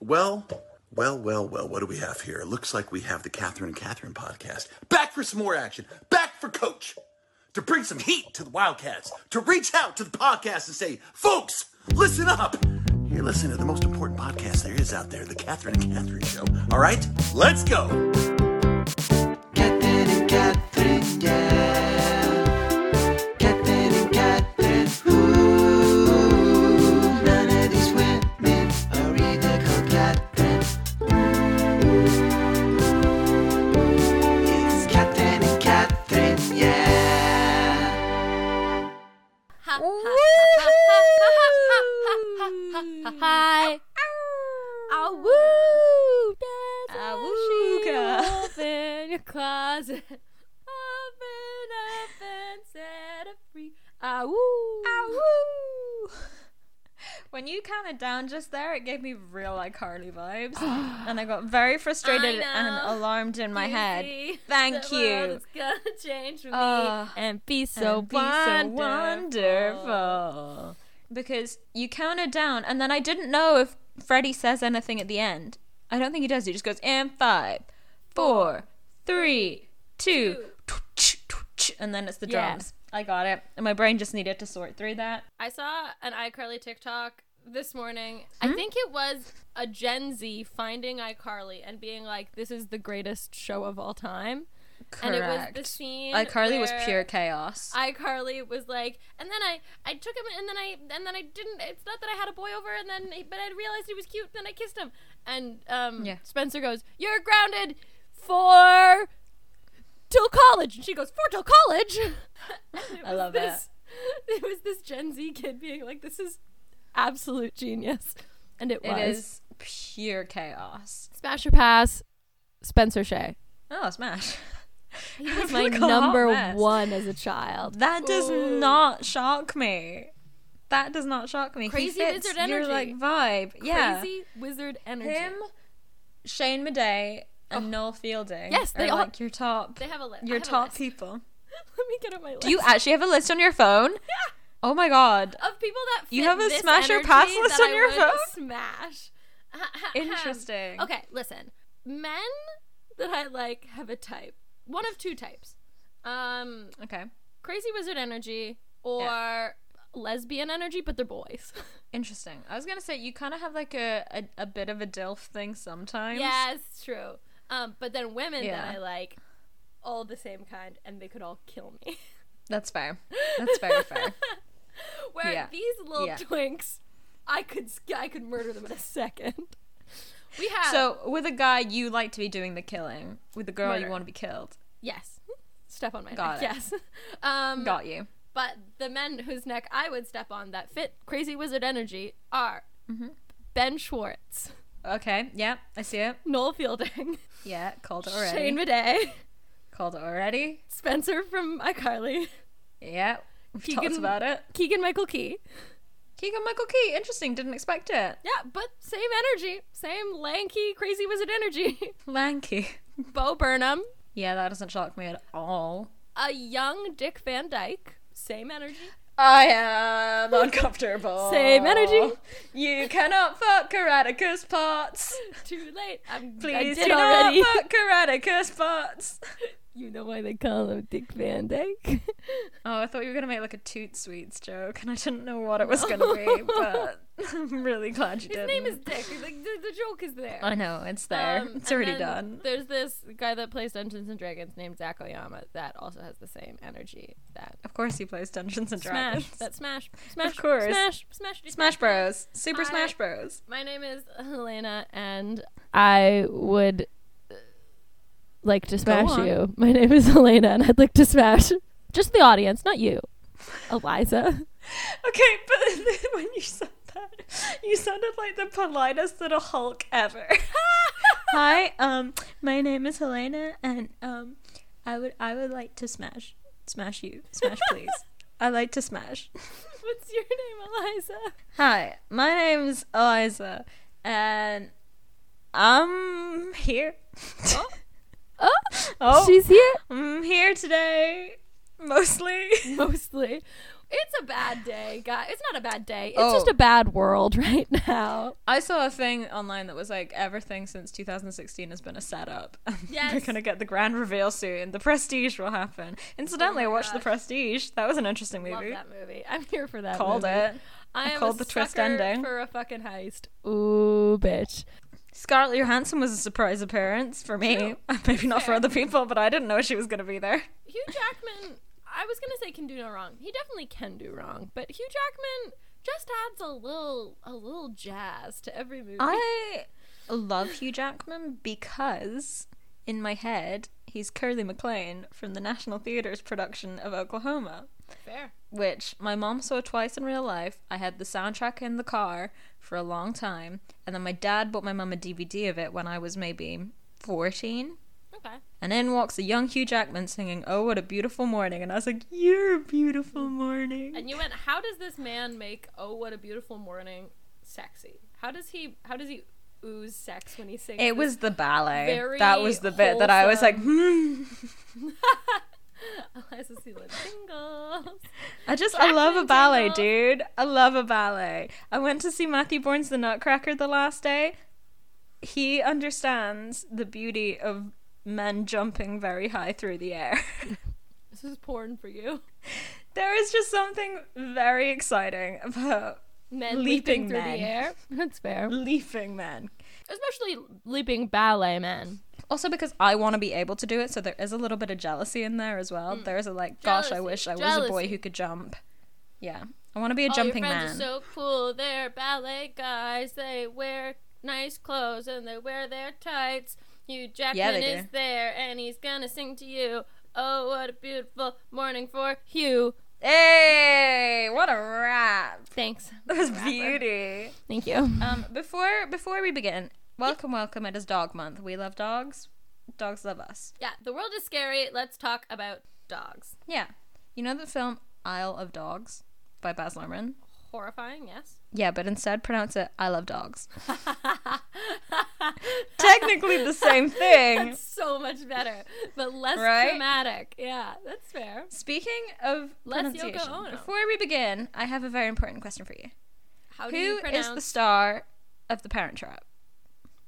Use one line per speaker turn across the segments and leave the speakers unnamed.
Well, well, well, well, what do we have here? Looks like we have the Catherine and Catherine podcast. Back for some more action. Back for Coach. To bring some heat to the Wildcats. To reach out to the podcast and say, folks, listen up. You're listening to the most important podcast there is out there, the Catherine and Catherine Show. All right, let's go.
Catherine and Catherine, yeah. Catherine and Catherine, ooh. None of these women are either called Catherine. It's Catherine and Catherine, yeah.
Hi. Ah, woo. There's
Ah,
a
woo, Chica.
she-wolf in your closet. Open up and set her free. Ah, woo.
Woo! When you counted down just there, it gave me real like Harley vibes, and I got very frustrated and
know.
alarmed in my
You
head.
see
Thank
the world
you.
is gonna change for me
Oh,
and be so
So be so
wonderful.
wonderful. Because you counted down, and then I didn't know if Freddie says anything at the end. I don't think he does. He just goes and five, four, three, two, and then it's the
Yeah.
drums. I got it. And my brain just needed to sort through that.
I saw an iCarly TikTok this morning. I think it was a Gen Z finding iCarly and being like, "This is the greatest show of all time." And it was the scene.
iCarly was
where
pure chaos.
iCarly was like, and then I, I took him, and then I, and then I didn't. It's not that I had a boy over, and then, but I realized he was cute, and then I kissed him. And um,
Yeah.
Spencer goes, "You're grounded for till college," and she goes, "For till college." And it
I
was
love
this, it. was this Gen Z kid being like, "This is absolute genius," and it,
It
was.
is pure chaos.
Smash or pass, Spencer Shea.
Oh, smash.
He was my
Look, a hot
number
mess.
one as a child.
That does not shock me. That does not shock me. He
Crazy
fits
Wizard
your,
energy.
like vibe. Yeah.
Crazy wizard energy.
Him, Shane Madej, and Noel Fielding.
Oh. Yes, they
are
all-
like your top
They have a list. I
your
have a
top
list.
people.
Let me get up my list.
Do you actually have a list on your phone?
Yeah.
Oh my god.
of people that fit
You have a
this
smash or
energy
pass list
that
on
I
your
would
phone?
Smash.
Interesting.
okay, listen. Men that I like have a type. One of two types. Um,
Okay.
crazy wizard energy or lesbian energy, but they're boys.
Interesting. I was gonna say you kinda have like a, a, a bit of a DILF thing sometimes.
yeah, it's true. Um, but then women
Yeah.
that I like, all the same kind, and they could all kill me.
That's fair. That's very fair.
Where
Yeah.
these little
Yeah.
twinks, I could sk- I could murder them in a second. We have
So with a guy you like to be doing the killing. With a girl
Murder.
you want to be killed.
yes, step on my
Got
neck.
it.
Yes, um,
Got you.
but the men whose neck I would step on that fit crazy wizard energy are
Mm-hmm.
Ben Schwartz,
Okay, yeah, I see it.
Noel Fielding,
Yeah, called it already.
Shane Bidet,
called it already.
Spencer from iCarly,
Yeah, we've
Keegan-
talked about it.
Keegan Michael Key.
Keegan Michael Key, interesting. Didn't expect it.
Yeah, but same energy, same lanky crazy wizard energy.
Lanky.
Bo Burnham,
Yeah, that doesn't shock me at all.
a young Dick Van Dyke, same energy.
I am uncomfortable.
Same energy.
You cannot fuck Karateka's parts.
Too late. I'm,
Please
I did
do
already.
not fuck Karateka's parts.
You know why they call him Dick Van Dyke?
Oh, I thought you were gonna make like a toot sweets joke, and I didn't know what it was gonna be. But I'm really glad you
His
didn't.
name is Dick. Like the, the joke is there.
I know it's there.
Um,
it's
and
already
then
done.
There's this guy that plays Dungeons and Dragons named Zach Oyama that also has the same energy that
Of course, he plays Dungeons and Dragons.
Smash. That Smash. Smash.
course.
Smash. Smash.
Smash Bros. Super
I-
Smash Bros.
My name is Helena, and I would uh, like to smash
on.
you. My name is Helena, and I'd like to smash just the audience, not you, Eliza.
Okay, but when you said that, you sounded like the politest little Hulk ever. Hi, um, my name is Helena, and um, I would I would like to smash, smash you, smash please. I like to smash.
What's your name, Eliza?
Hi, my name's Eliza, and I'm here. Oh,
Oh,
oh
she's here
I'm here today, mostly.
mostly. It's a bad day, guys. It's not a bad day. It's
Oh.
just a bad world right now.
I saw a thing online that was like everything since 2016 has been a setup.
Yes.
We're gonna get the grand reveal soon. The Prestige will happen. Incidentally, I watched
Oh
The
gosh.
Prestige. That was an interesting
Love
movie.
that movie. I'm here for that.
Called
movie.
it.
I
I
am
called
a
the twist
sucker
ending.
for a fucking heist. Ooh, bitch.
Scarlett Johansson was a surprise appearance for me.
True.
Maybe not for
Fair.
other people, but I didn't know she was gonna be there.
Hugh Jackman. I was gonna say can do no wrong. He definitely can do wrong, but Hugh Jackman just adds a little, a little jazz to every movie.
I love Hugh Jackman because in my head he's Curly McLean from the National Theatre's production of Oklahoma.
Fair.
which my mom saw twice in real life. I had the soundtrack in the car for a long time, and then my dad bought my mum a DVD of it when I was maybe 14.
Okay.
And in walks a young Hugh Jackman singing, Oh, what a beautiful morning. And I was like, You're a beautiful morning.
And you went. How does this man make "Oh What a Beautiful Morning" sexy? How does he? How does he ooze sex when he sings?
It was the ballet.
Very
That was the bit that I was like, Hmm.
Eliza Sealand singles.
I just, I love a
Jackman
ballet,
Jingle.
dude. I love a ballet. I went to see Matthew Bourne's The Nutcracker the last day. He understands the beauty of men jumping very high through the air.
This is porn for you.
there is just something very exciting about
Men
Leaping
leaping, through
men.
the air. That's fair.
leaping men.
especially leaping ballet men.
Also, because I want to be able to do it, so there is a little bit of jealousy in there as well. There is a like, gosh, I
Hmm. Jealousy,
wish I was a boy
jealousy.
who could jump. Yeah. I want to be a
All
jumping
your
man.
friends are so cool. They're ballet guys. They wear nice clothes and they wear their tights. Hugh Jackman
they
is
do.
there and he's gonna sing to you. Oh, what a beautiful morning for Hugh.
hey, what a rap.
Thanks.
That was beauty.
Thank you.
Um, before before we begin, welcome, welcome. It is Dog Month. We love dogs. Dogs love us.
Yeah, the world is scary. Let's talk about dogs.
Yeah. You know the film Isle of Dogs by Baz Luhrmann?
Horrifying, yes.
Yeah, but instead pronounce it I love dogs. Technically the same thing.
So much better, but less
Right?
dramatic. Yeah, that's fair.
Speaking of
Less Yoko
pronunciation,
Ono.
before we begin, I have a very important question for you.
How do
Who
you
is
pronounce
the star of The Parent Trap?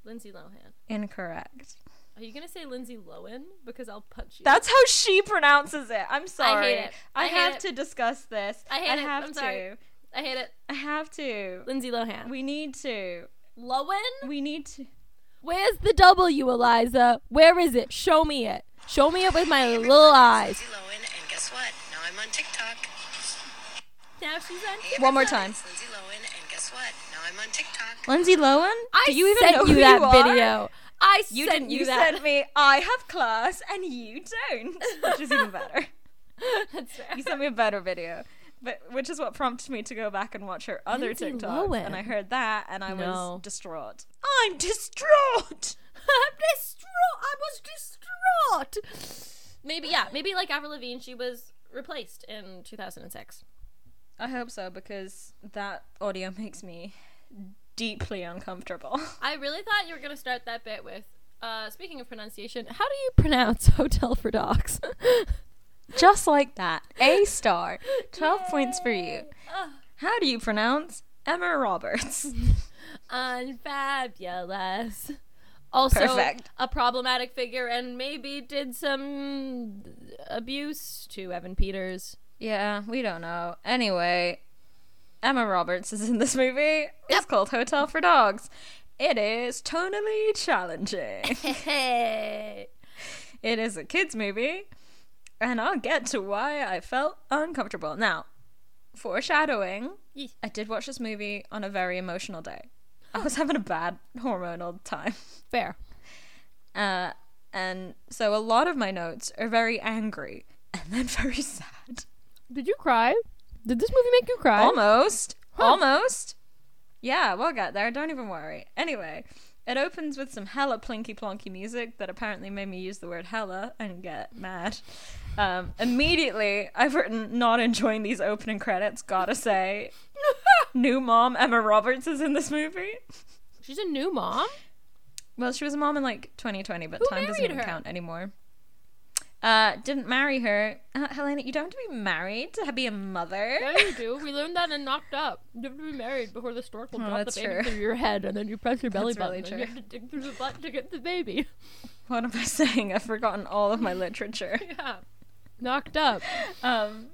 Lindsay Lohan?
Incorrect.
Are you gonna say Lindsay Lohan? Because I'll punch you.
That's how she pronounces it. I'm sorry.
it.
I
I hate
have
it.
to discuss this.
I hate
I
it.
have
I'm
to.
sorry. I hate it.
I have to.
Lindsay Lohan.
We need to.
Lowen?
We need to.
Where's the W, Eliza? Where is it? Show me it. Show me it with my little eyes.
Lindsay Lohan, and guess what? Now I'm on TikTok.
Now she's on.
One more time.
It's Lindsay Lohan, and guess what? Now I'm on TikTok.
Lindsay Lohan?
I
Do you even
sent
know
you
who
that
you are?
video. I
You
sent
didn't.
you,
You
that.
sent me. I have class, and you don't, which is even better.
That's fair.
You sent me a better video, but which is what prompted me to go back and watch her other
Lindsay
TikToks.
Lohan.
And I heard that, and I
No.
was distraught. I'm distraught.
I'm distraught. I was distraught. Maybe yeah. Maybe like Avril Lavigne, she was replaced in 2006.
I hope so because that audio makes me deeply uncomfortable.
I really thought you were gonna start that bit with. Uh, speaking of pronunciation, how do you pronounce hotel for dogs?
Just like that. A star. 12 points for you. How do you pronounce Emma Roberts?
unfabulous. Also,
Perfect.
a problematic figure and maybe did some abuse to Evan Peters.
yeah, we don't know. Anyway, Emma Roberts is in this movie. It's called Hotel for Dogs. It is tonally challenging.
Hey.
it is a kids' movie, and I'll get to why I felt uncomfortable. Now, foreshadowing,
Yee.
I did watch this movie on a very emotional day. I was having a bad hormonal time.
Fair.
Uh, and so a lot of my notes are very angry and then very sad.
Did you cry? Did this movie make you cry?
Almost. Almost. Yeah, we'll get there. Don't even worry. Anyway, it opens with some hella plinky plonky music that apparently made me use the word hella and get mad. Um, immediately, I've written not enjoying these opening credits. Gotta say, new mom Emma Roberts is in this movie.
She's a new mom?
Well, she was a mom in like 2020, but time doesn't
married
even
her?
count anymore. uh, didn't marry her. Uh, Helena, you don't have to be married to be a mother.
Yeah, you do. We learned that in Knocked Up. You have to be married before the stork will
Oh,
drop the
that's
baby
true.
through your head, and then you press your belly
That's really
button, and you have to dig through the butt to get the baby.
What am I saying? I've forgotten all of my literature.
Yeah. Knocked Up.
Um,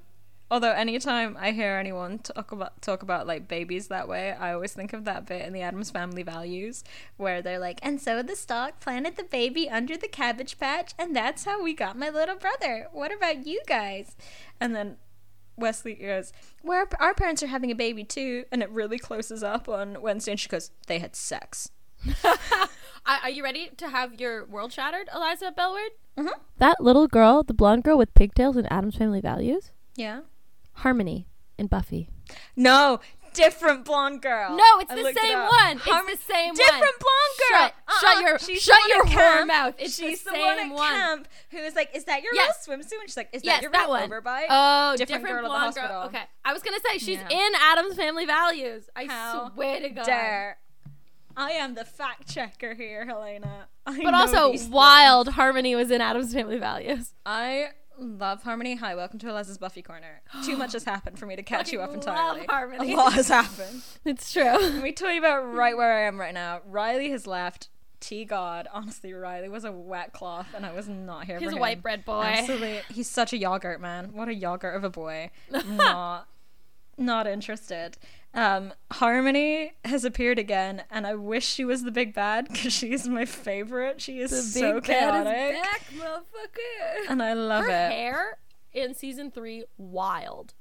although anytime I hear anyone talk about talk about like babies that way, I always think of that bit in the Adams Family Values where they're like, "And so the stork planted the baby under the cabbage patch, and that's how we got my little brother. What about you guys?" And then Wesley goes, "Where our parents are having a baby too," and it really closes up on Wednesday, and she goes, "They had sex."
I, are you ready to have your world shattered, Eliza Bellward? Mm-hmm. That little girl, the blonde girl with pigtails in Adam's Family Values,
Yeah.
Harmony in Buffy.
No, different blonde girl.
No, it's
I
the
looked it
same
up.
one. It's the same
different
one.
blonde girl. Uh-uh.
Shut- shut your-
she's
shut
the
your
one at
whore
camp.
mouth. It's the
she's one
same
at
one.
camp who is like, "Is that your
Yes.
red swimsuit?" And she's like, "Is
yes,
that your
that
red
one.
overbite?"
Oh,
different, girl at
blonde
the hospital.
Okay, I was gonna say she's
Yeah.
in Adam's Family Values. I
How
swear to God.
Dare. I am the fact checker here, Helena. I
But
know
also,
these
Wild
things.
Harmony was in Adam's Family Values.
I love Harmony. Hi, welcome to Eliza's Buffy Corner. Too much has happened for me to catch you up
Fucking
entirely.
love Harmony.
A lot has happened.
It's true.
Let me tell you about right where I am right now. Riley has left. T God, honestly, Riley was a wet cloth, and I was not here
He's
for
a
him.
white bread boy.
Absolutely. He's such a yogurt man. What a yogurt of a boy. Not not interested. Um, Harmony has appeared again, and I wish she was the big bad because she is my favorite. She is so chaotic,
motherfucker.
and I love
Her
it.
hair in season three, wild.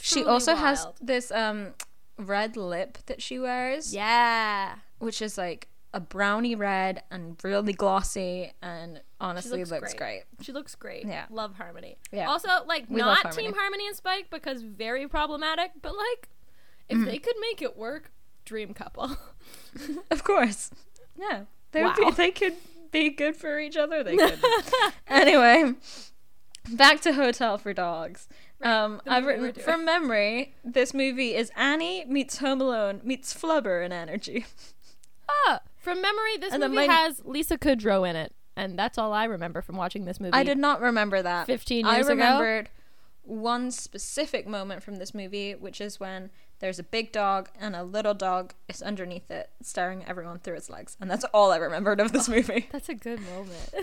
She
truly
also has
wild.
this um red lip that she wears,
Yeah.
which is like a brownie red and really glossy, and honestly
looks
looks,
great.
great.
She looks great.
Yeah.
Love Harmony.
Yeah.
Also, like,
We
not
love
Team
Harmony.
Harmony and Spike because very problematic, but like, if
Mm.
they could make it work, dream couple.
Of course. Yeah. They would
Wow.
be, they could be good for each other. They could. anyway, back to Hotel for Dogs. Um, I've
movie we're
written
doing.
from memory. This movie is Annie meets Home Alone meets Flubber and Energy.
oh, from memory, this
Ah. And then
movie
mine-
has Lisa Kudrow in it, and that's all I remember from watching this movie.
I did not remember that.
15
I
years ago?
remembered one specific moment from this movie, which is when there's a big dog and a little dog is underneath it, staring everyone through its legs, and that's all I remembered of this movie.
That's a good moment.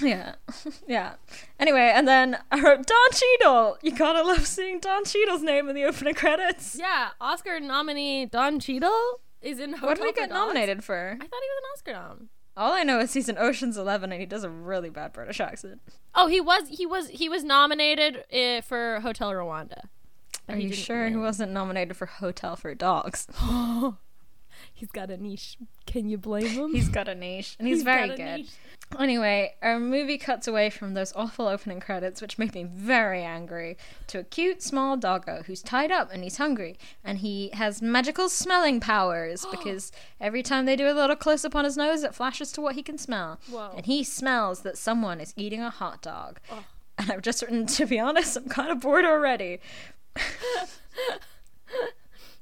Yeah. Yeah. Anyway, and then I wrote Don Cheadle. You gotta love seeing Don Cheadle's name in the opening credits.
yeah, Oscar nominee Don Cheadle is in. Hotel
What did he
for
get
Dogs.
nominated for?
I thought he was an Oscar nom.
All I know is he's in Ocean's Eleven and he does a really bad British accent.
Oh, he was. He was. He was nominated uh, for Hotel Rwanda. but
Are
he
you
didn't
sure he
win.
wasn't nominated for Hotel for Dogs?
He's got a niche. Can you blame him?
He's got a niche and he's,
He's
very
got a
good.
niche.
Anyway, our movie cuts away from those awful opening credits, which make me very angry, to a cute small doggo who's tied up and he's hungry. And he has magical smelling powers because every time they do a little close up on his nose, it flashes to what he can smell.
Whoa.
And he smells that someone is eating a hot dog. And I've just written, to be honest, I'm kind of bored already.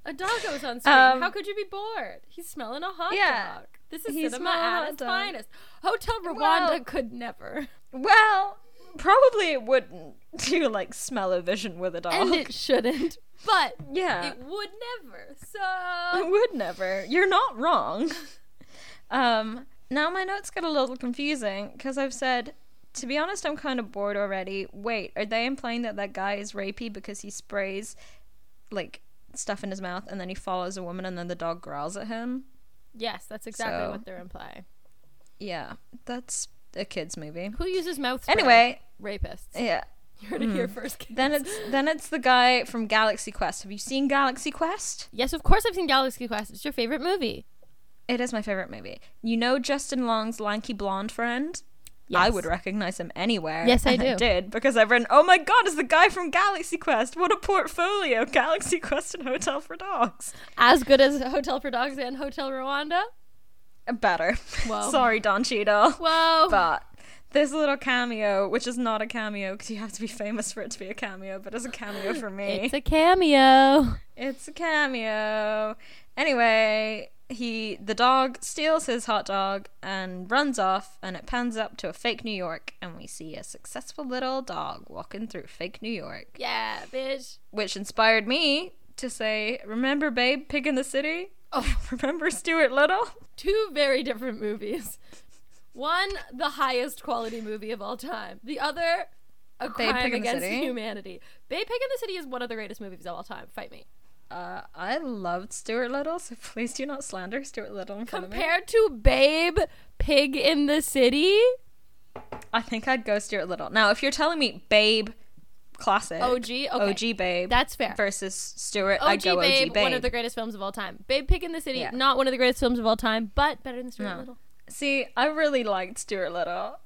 A dog goes on screen.
Um,
How could you be bored? He's smelling a hot
Yeah.
dog. This is
He's
cinema
smelling a
at
hot
its
dog.
finest. Hotel Rwanda
Well-
could never.
Well, probably it wouldn't do like smell o vision with a dog.
And it shouldn't. But
yeah.
it would never.
I
So
would never. You're not wrong. Um, now my notes get a little confusing because I've said, to be honest, I'm kind of bored already. Wait, are they implying that that guy is rapey because he sprays like stuff in his mouth and then he follows a woman and then the dog growls at him?
yes, that's exactly
So-
what they're implying.
Yeah, that's a kids movie.
Who uses mouth spray?
Anyway,
rapists.
yeah.
You heard it here first. kids.
Then it's then it's the guy from Galaxy Quest. Have you seen Galaxy Quest?
yes, of course I've seen Galaxy Quest. It's your favorite movie.
It is my favorite movie. You know Justin Long's lanky blonde friend? I
Yes.
would recognize him anywhere.
Yes, I
and
do.
did because I've written, oh my god, it's the guy from Galaxy Quest. What a portfolio! Galaxy Quest and Hotel for Dogs.
As good as Hotel for Dogs and Hotel Rwanda.
Better.
Whoa.
Sorry, Don Cheadle.
Whoa.
But this little cameo, which is not a cameo because you have to be famous for it to be a cameo, but it's a cameo for me.
It's a cameo.
It's a cameo. Anyway, he the dog steals his hot dog and runs off and it pans up to a fake New York and we see a successful little dog walking through fake New York
Yeah, bitch.
which inspired me to say remember babe pig in the city oh remember Stuart Little
Two very different movies. One, the highest quality movie of all time. The other, a
Babe,
crime
Pig in the
against
City?
humanity. Bay Pig in the City is one of the greatest movies of all time. Fight me.
uh, I loved Stuart Little so please do not slander Stuart Little in front of me.
Compared to Babe Pig in the City.
I think I'd go Stuart Little now if you're telling me babe classic
OG? Okay.
OG babe
That's fair.
versus Stuart
OG
I'd go
Babe,
OG babe
one of the greatest films of all time. Babe Pig in the City,
Yeah.
not one of the greatest films of all time, but better than Stuart
No.
Little.
See, I really liked Stuart Little.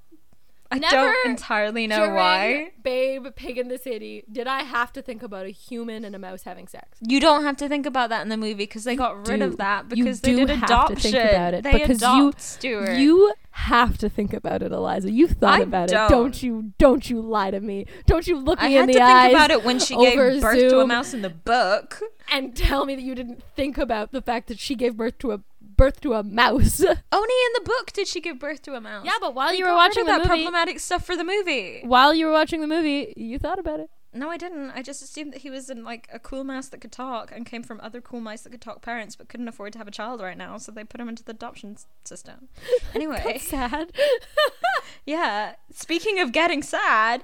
I
Never
don't entirely know
During
why.
Babe Pig in the City, did I have to think about a human and a mouse having sex?
You don't have to think about that in the movie because they got rid
do.
of that
You
because they
do
did
have to
adoption.
think about it
they
because
adopt
you-
Stuart.
You have to think about it, Eliza. You thought
I
about it.
don't.
Don't you? Don't you lie to me? Don't you look
I
me in
had
the
to
eyes?
think about it when she gave
over
birth to a
Zoom
mouse in the book.
and tell me that you didn't think about the fact that she gave birth to a birth to a mouse. yeah,
Only in the book did she give birth to a mouse.
but while
They
you were
got
watching
rid
the
of that
movie,
problematic stuff for the movie.
while you were watching the movie, you thought about it.
No, I didn't. I just assumed that he was in like a cool mouse that could talk and came from other cool mice that could talk parents but couldn't afford to have a child right now, so they put him into the adoption s- system. Anyway.
That's sad.
Yeah. Speaking of getting sad,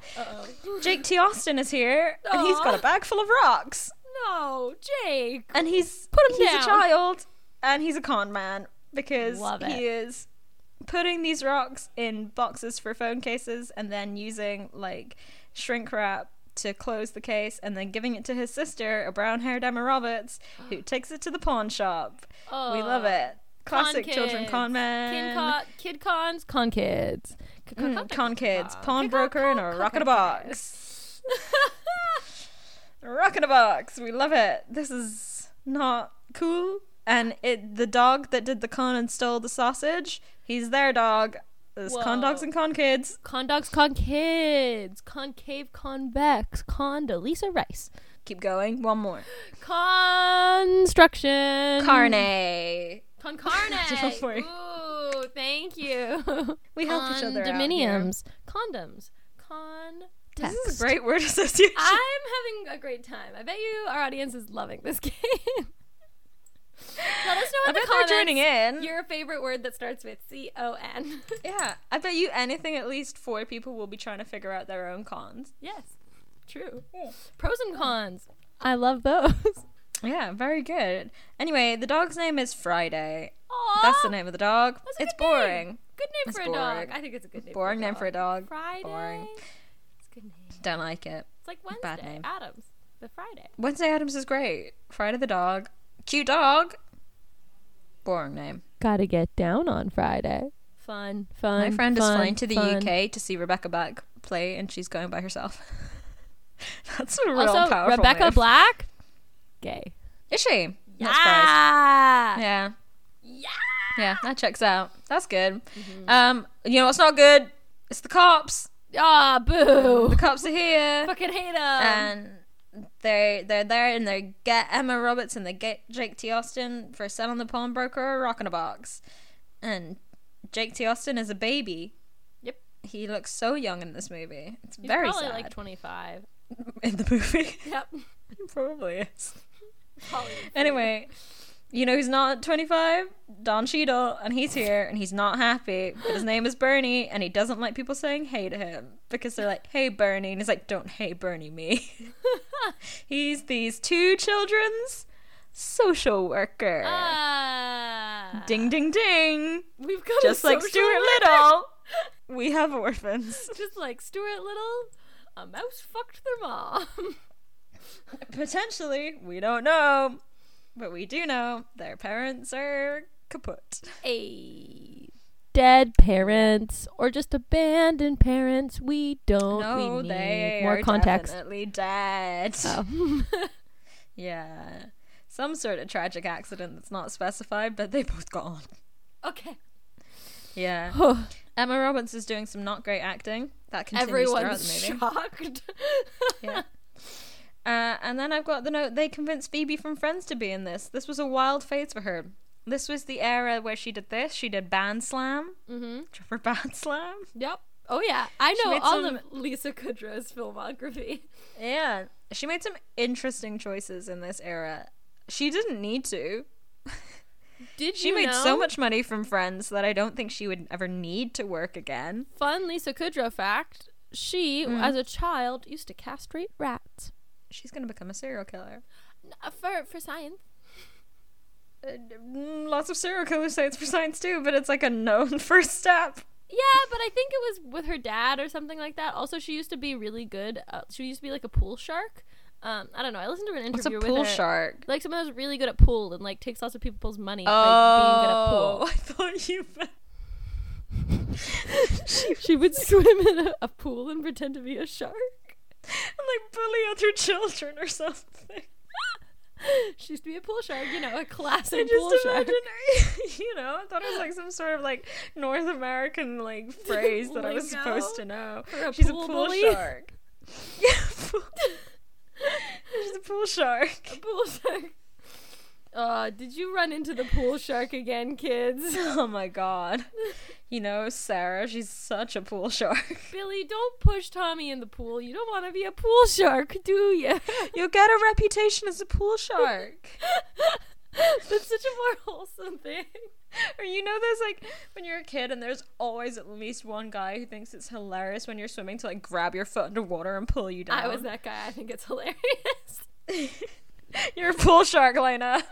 Jake T. Austin is here, and he's
Aw.
got a bag full of rocks,
no, Jake.
and he's
Put 'em
he's
down.
a child, and he's a con man because
Love it.
he is putting these rocks in boxes for phone cases, and then using like shrink wrap. To close the case and then giving it to his sister, a brown haired Emma Roberts, who takes it to the pawn shop. we love
Aw.
it. Classic children
kids.
con
Kin
men.
co- kid cons, con kids. C- co- co-
Mm, con kids,
con.
pawnbroker,
Con-
and
con-
a
con-
rock in a
con-
box. rock in a box. We love it. This is not cool. And it, the dog that did the con and stole the sausage, he's their dog. There's con dogs
Whoa.
and con kids.
Con dogs, con kids. Concave, convex. Condoleezza Rice.
Keep going. One more.
Construction.
Carne.
Con carne.
Don't worry.
Ooh, thank you.
We help each other out here.
Condominiums. Condoms. Con.
This
text.
is a great word association.
I'm having a great time. I bet you our audience is loving this game. Let us know
I
in the
bet
comments
they're joining in.
your favorite word that starts with C O N.
yeah, I bet you anything at least four people will be trying to figure out their own cons.
yes, true. Pros and cons. I love those.
Yeah, very good. Anyway, the dog's name is Friday.
Aw,
That's the name of the dog.
that's a
It's
good name.
boring.
Good name
It's
for a dog.
boring.
I think it's a good name.
Boring
for a
name
dog.
for a dog.
Friday.
Boring.
It's a good name.
Don't like it.
It's like Wednesday.
Bad name.
Adams. The Friday.
Wednesday Adams is great. Friday the dog. Cute dog. Boring name.
Gotta get down on Friday. Fun, fun.
My friend is
fun,
flying to the
fun.
UK to see Rebecca Black play, and she's going by herself. That's a real
Also,
powerful
Rebecca
move.
Black. Gay.
Is she? Not surprised.
Yeah.
Yeah. Yeah, that checks out. That's good.
Mm-hmm.
Um, you know what's not good? It's the cops.
Ah, boo.
The cops are here.
Fucking hate 'em.
and they they're there and they get Emma Roberts and they get Jake T. Austin for selling the pawnbroker a rock in a box. And Jake T. Austin is a baby.
Yep.
He looks so young in this movie. It's
He's
very
probably
sad
like 25.
in the movie.
Yep.
Probably is. Anyway, you know who's not 25? Don Cheadle, and he's here, and he's not happy. But his name is Bernie, and he doesn't like people saying hey to him because they're like, "Hey Bernie," and he's like, "Don't hey Bernie me." he's these two children's social worker.
Ah.
ding ding ding!
We've got
Just like Stuart Little, we have orphans.
Just like Stuart Little. A mouse fucked their mom.
Potentially, we don't know, but we do know their parents are kaput.
a dead parents or just abandoned parents. We don't.
No,
we need
Oh, they
more
are
context.
definitely dead.
Oh.
Yeah. Some sort of tragic accident that's not specified, but they both got on.
okay.
Yeah.
Oh,
Emma Roberts is doing some not great acting. That continues throughout
Everyone's
the movie.
shocked.
Yeah. Uh, and then I've got the note they convinced Phoebe from Friends to be in this. This was a wild phase for her. This was the era where she did this. She did Band Slam. Mm-hmm. Trevor Band Slam.
Yep. Oh yeah, I know
made
all
some-
of Lisa Kudrow's filmography.
Yeah. She made some interesting choices in this era. She didn't need to.
Did
She
you
made
know?
so much money from Friends that I don't think she would ever need to work again.
fun Lisa Kudrow fact? She, as a child, used to castrate rats
She's going to become a serial killer.
Uh, for for science.
Uh, mm, lots of serial killer sites for science too, but it's like a known first step.
Yeah, but I think it was with her dad or something like that. Also, she used to be really good. Uh, she used to be like a pool shark. Um, I don't know. I listened to an
What's a
interview
pool
with her.
shark?
Like someone who's really good at pool and like takes lots of people's money by being good at pool.
I thought you meant. she
She would swim in a, a pool and pretend to be a shark.
like bully other children or something.
She used to be a pool shark, you know, a classic
I
pool
just
shark.
imagine, you know, I thought it was like some sort of like North American like phrase that I was
Lingo
supposed to know.
for a
She's
pool
a pool
bully?
shark. Yeah, pool- she's a pool shark.
Pool shark. Uh, did you run into the pool shark again, kids?
Oh my god. You know, Sarah, she's such a pool shark.
Billy, don't push Tommy in the pool. You don't want to be a pool shark, do you?
You'll get a reputation as a pool shark.
That's such a more wholesome thing.
Or you know there's like when you're a kid and there's always at least one guy who thinks it's hilarious when you're swimming to like grab your foot underwater and pull you down.
I was that guy. I think it's hilarious.
You're a pool shark, Lena.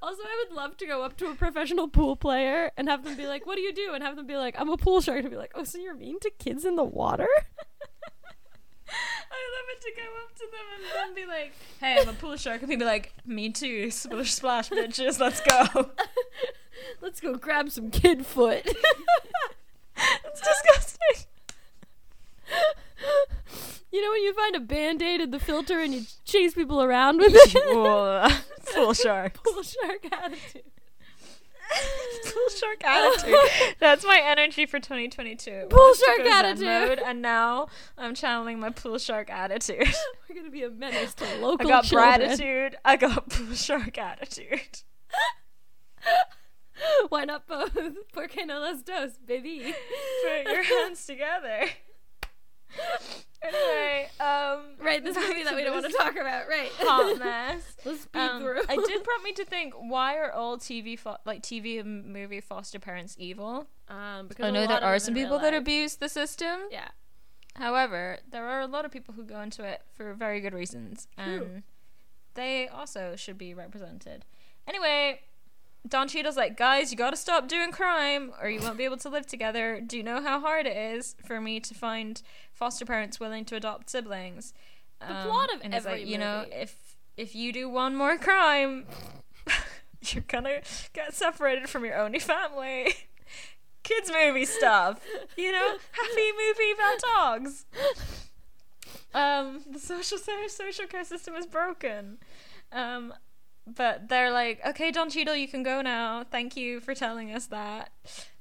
Also, I would love to go up to a professional pool player and have them be like, "What do you do?" and have them be like, "I'm a pool shark," and be like, "Oh, so you're mean to kids in the water?"
I love it to go up to them and then be like, "Hey, I'm a pool shark," and people be like, "Me too." Splish splash, bitches, let's go.
Let's go grab some kid foot.
It's disgusting.
you know when you find a band-aid in the filter and you chase people around with it?
Pool, pool shark.
pool shark attitude.
Pool shark attitude. That's my energy for 2022. It
Pool
was to
shark
go zen
attitude.
mode, and now I'm channeling my pool shark attitude.
We're gonna be a menace to
I
local
got
children.
gratitude. I got pool shark attitude.
Why not both? Por qué no las dos, baby?
Put your hands together. Anyway, um,
Right, this
back
movie that we don't want
this
to talk about. Right.
Hot mess.
Let's speed
Um,
through.
it did prompt me to think: Why are all TV, fo- like TV and movie foster parents, evil?
Um, because
I
a
know
lot
Oh, there
of
are
them
some
in
people
real
that
life-
abuse the system.
Yeah.
However, there are a lot of people who go into it for very good reasons, and they also should be represented. Anyway, Don Cheadle's like, guys, you gotta stop doing crime, or you won't be able to live together. Do you know how hard it is for me to find foster parents willing to adopt siblings? Um, The
plot of every
you know,
movie.
if if you do one more crime, you're gonna get separated from your only family. Kids movie stuff, you know, happy movie about dogs. Um, the social social care system is broken. Um, but they're like, okay, Don Cheadle, you can go now. Thank you for telling us that.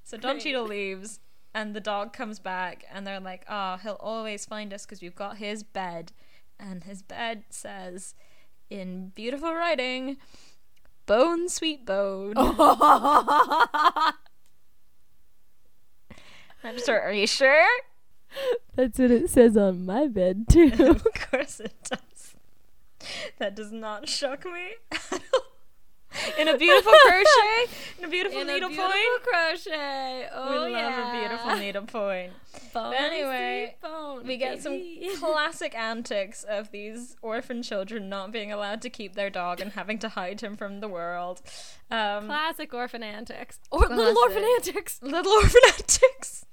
So Don
Great.
Cheadle leaves, and the dog comes back, and they're like, oh, he'll always find us because we've got his bed, and his bed says, in beautiful writing, "Bone, sweet bone."
Oh.
I'm sorry. Are you sure?
That's what it says on my bed too.
of course it does. That does not shock me. at all. in a beautiful crochet, in a beautiful
in a
needle
beautiful
point.
crochet.
We
Oh
love
yeah.
a beautiful needle point.
Bone,
But anyway,
sweet bone,
We get some
baby.
classic antics of these orphan children not being allowed to keep their dog and having to hide him from the world. Um,
classic orphan antics or little
Classic.
orphan antics.
little orphan antics.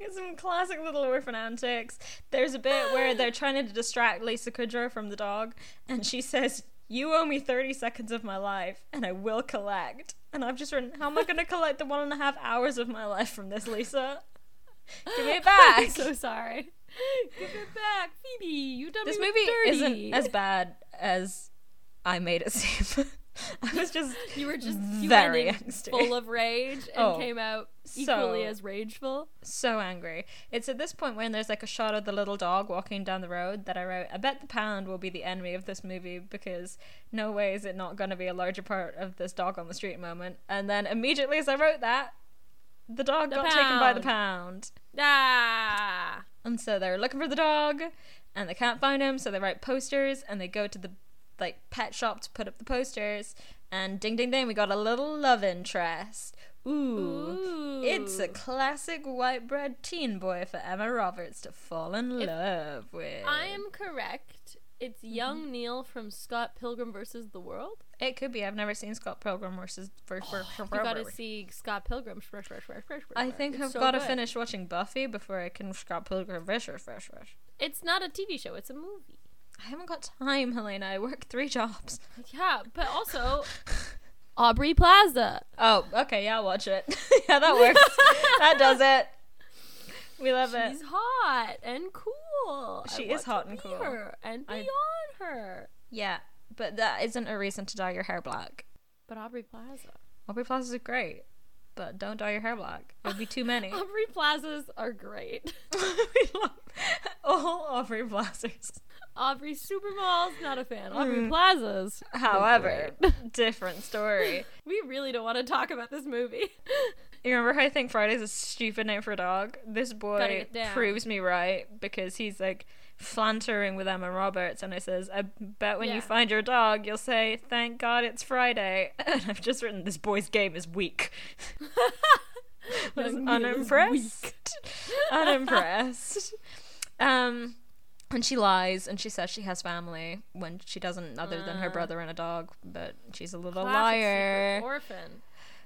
We Get some classic little orphan antics. There's a bit where they're trying to distract Lisa Kudrow from the dog, and she says, "You owe me 30 seconds of my life, and I will collect." And I've just written, "How am I going to collect the one and a half hours of my life from this, Lisa? Give me it
I'm
back."
so sorry. Give it back, Phoebe. You done
this
me
movie
dirty.
isn't as bad as I made it seem. I was just
You were just you
Very
went in
angry.
full of rage and
Oh,
came out equally
so-
as rageful.
so angry. It's at this point when there's like a shot of the little dog walking down the road that I wrote, I bet the pound will be the enemy of this movie because no way is it not going to be a larger part of this dog on the street moment. And then immediately as I wrote that, the dog got taken by the pound.
Ah,
And so they're looking for the dog and they can't find him, so they write posters and they go to the like pet shop to put up the posters and ding ding ding we got a little love interest. Ooh. It's a
Ooh.
classic white bread teen boy for Emma Roberts to fall in love with.
I am correct. It's
Mm-hmm.
young Neil from Scott Pilgrim versus the World.
It could be. I've never seen Scott Pilgrim versus versus.
You gotta see Scott Pilgrim. Shrush, shrush, shrush, shrush,
I
shrush.
think
It's
I've
so
got to
good.
finish watching Buffy before I can Scott Pilgrim versus versus.
It's not a TV show. It's a movie.
I haven't got time, Helena. I work three jobs.
Yeah, but also Aubrey Plaza.
Oh, okay, yeah, I'll watch it. yeah, that works. that does it. We love
She's
it.
hot and cool. I
Uh, She
want
is hot
to
and
be
cool.
her and
I-
beyond her.
Yeah, but that isn't a reason to dye your hair black.
But Aubrey Plaza.
Aubrey Plaza's is great, but don't dye your hair black. It'll be too many.
Aubrey Plazas are great.
we love all Aubrey Plazas.
Aubrey Supermalls, not a fan. Aubrey
Mm.
Plazas.
However, different story.
We really don't want to talk about this movie.
You remember how I think Friday's a stupid name for a dog? This
Gotta
boy
get down.
proves me right because he's like flantering with Emma Roberts, and I says, "I bet when
Yeah.
you find your dog, you'll say, thank God it's Friday.'" And I've just written, "This boy's game is weak." I was
Young Neil is
unimpressed. unimpressed. Um, and she lies, and she says she has family when she doesn't, other than her brother and a dog. But she's a little
Uh. Classic
liar.
Secret orphan.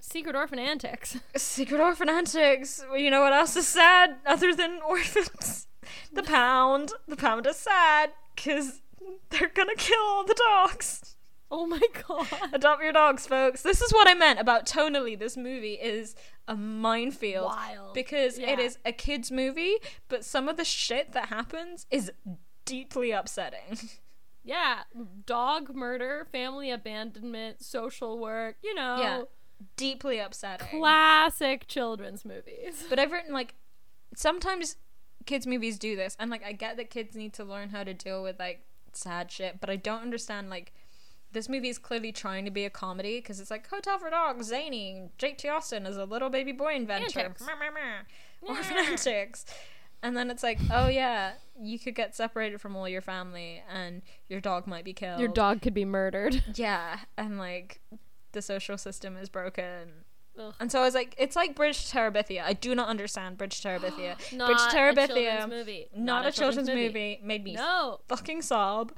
Secret orphan antics.
Secret Orphan Antics. Well, you know what else is sad other than orphans? The pound. The pound is sad because they're gonna kill all the dogs.
Oh my god.
Adopt your dogs, folks. This is what I meant about tonally. This movie is a minefield
Wild.
because it
Yeah.
is a kids' movie, but some of the shit that happens is deeply upsetting.
Yeah, dog murder, family abandonment, social work, you know.
Yeah, Oh, deeply upsetting.
Classic children's movies.
But I've written like sometimes kids movies do this, and like I get that kids need to learn how to deal with like sad shit, but I don't understand like this movie is clearly trying to be a comedy because it's like Hotel for Dogs, zany, Jake T. Austin is a little baby boy inventor,
Antics.
Meow, meow, meow. orphan antics. And then it's like, oh yeah, you could get separated from all your family, and your dog might be killed.
Your dog could be murdered.
yeah, and like the social system is broken,
Ugh.
and so I was like, it's like Bridge to Terabithia. I do not understand Bridge to Terabithia. Bridge to
Not a
Terabithia,
children's movie.
not, a children's, movie. made me
No.
fucking sob.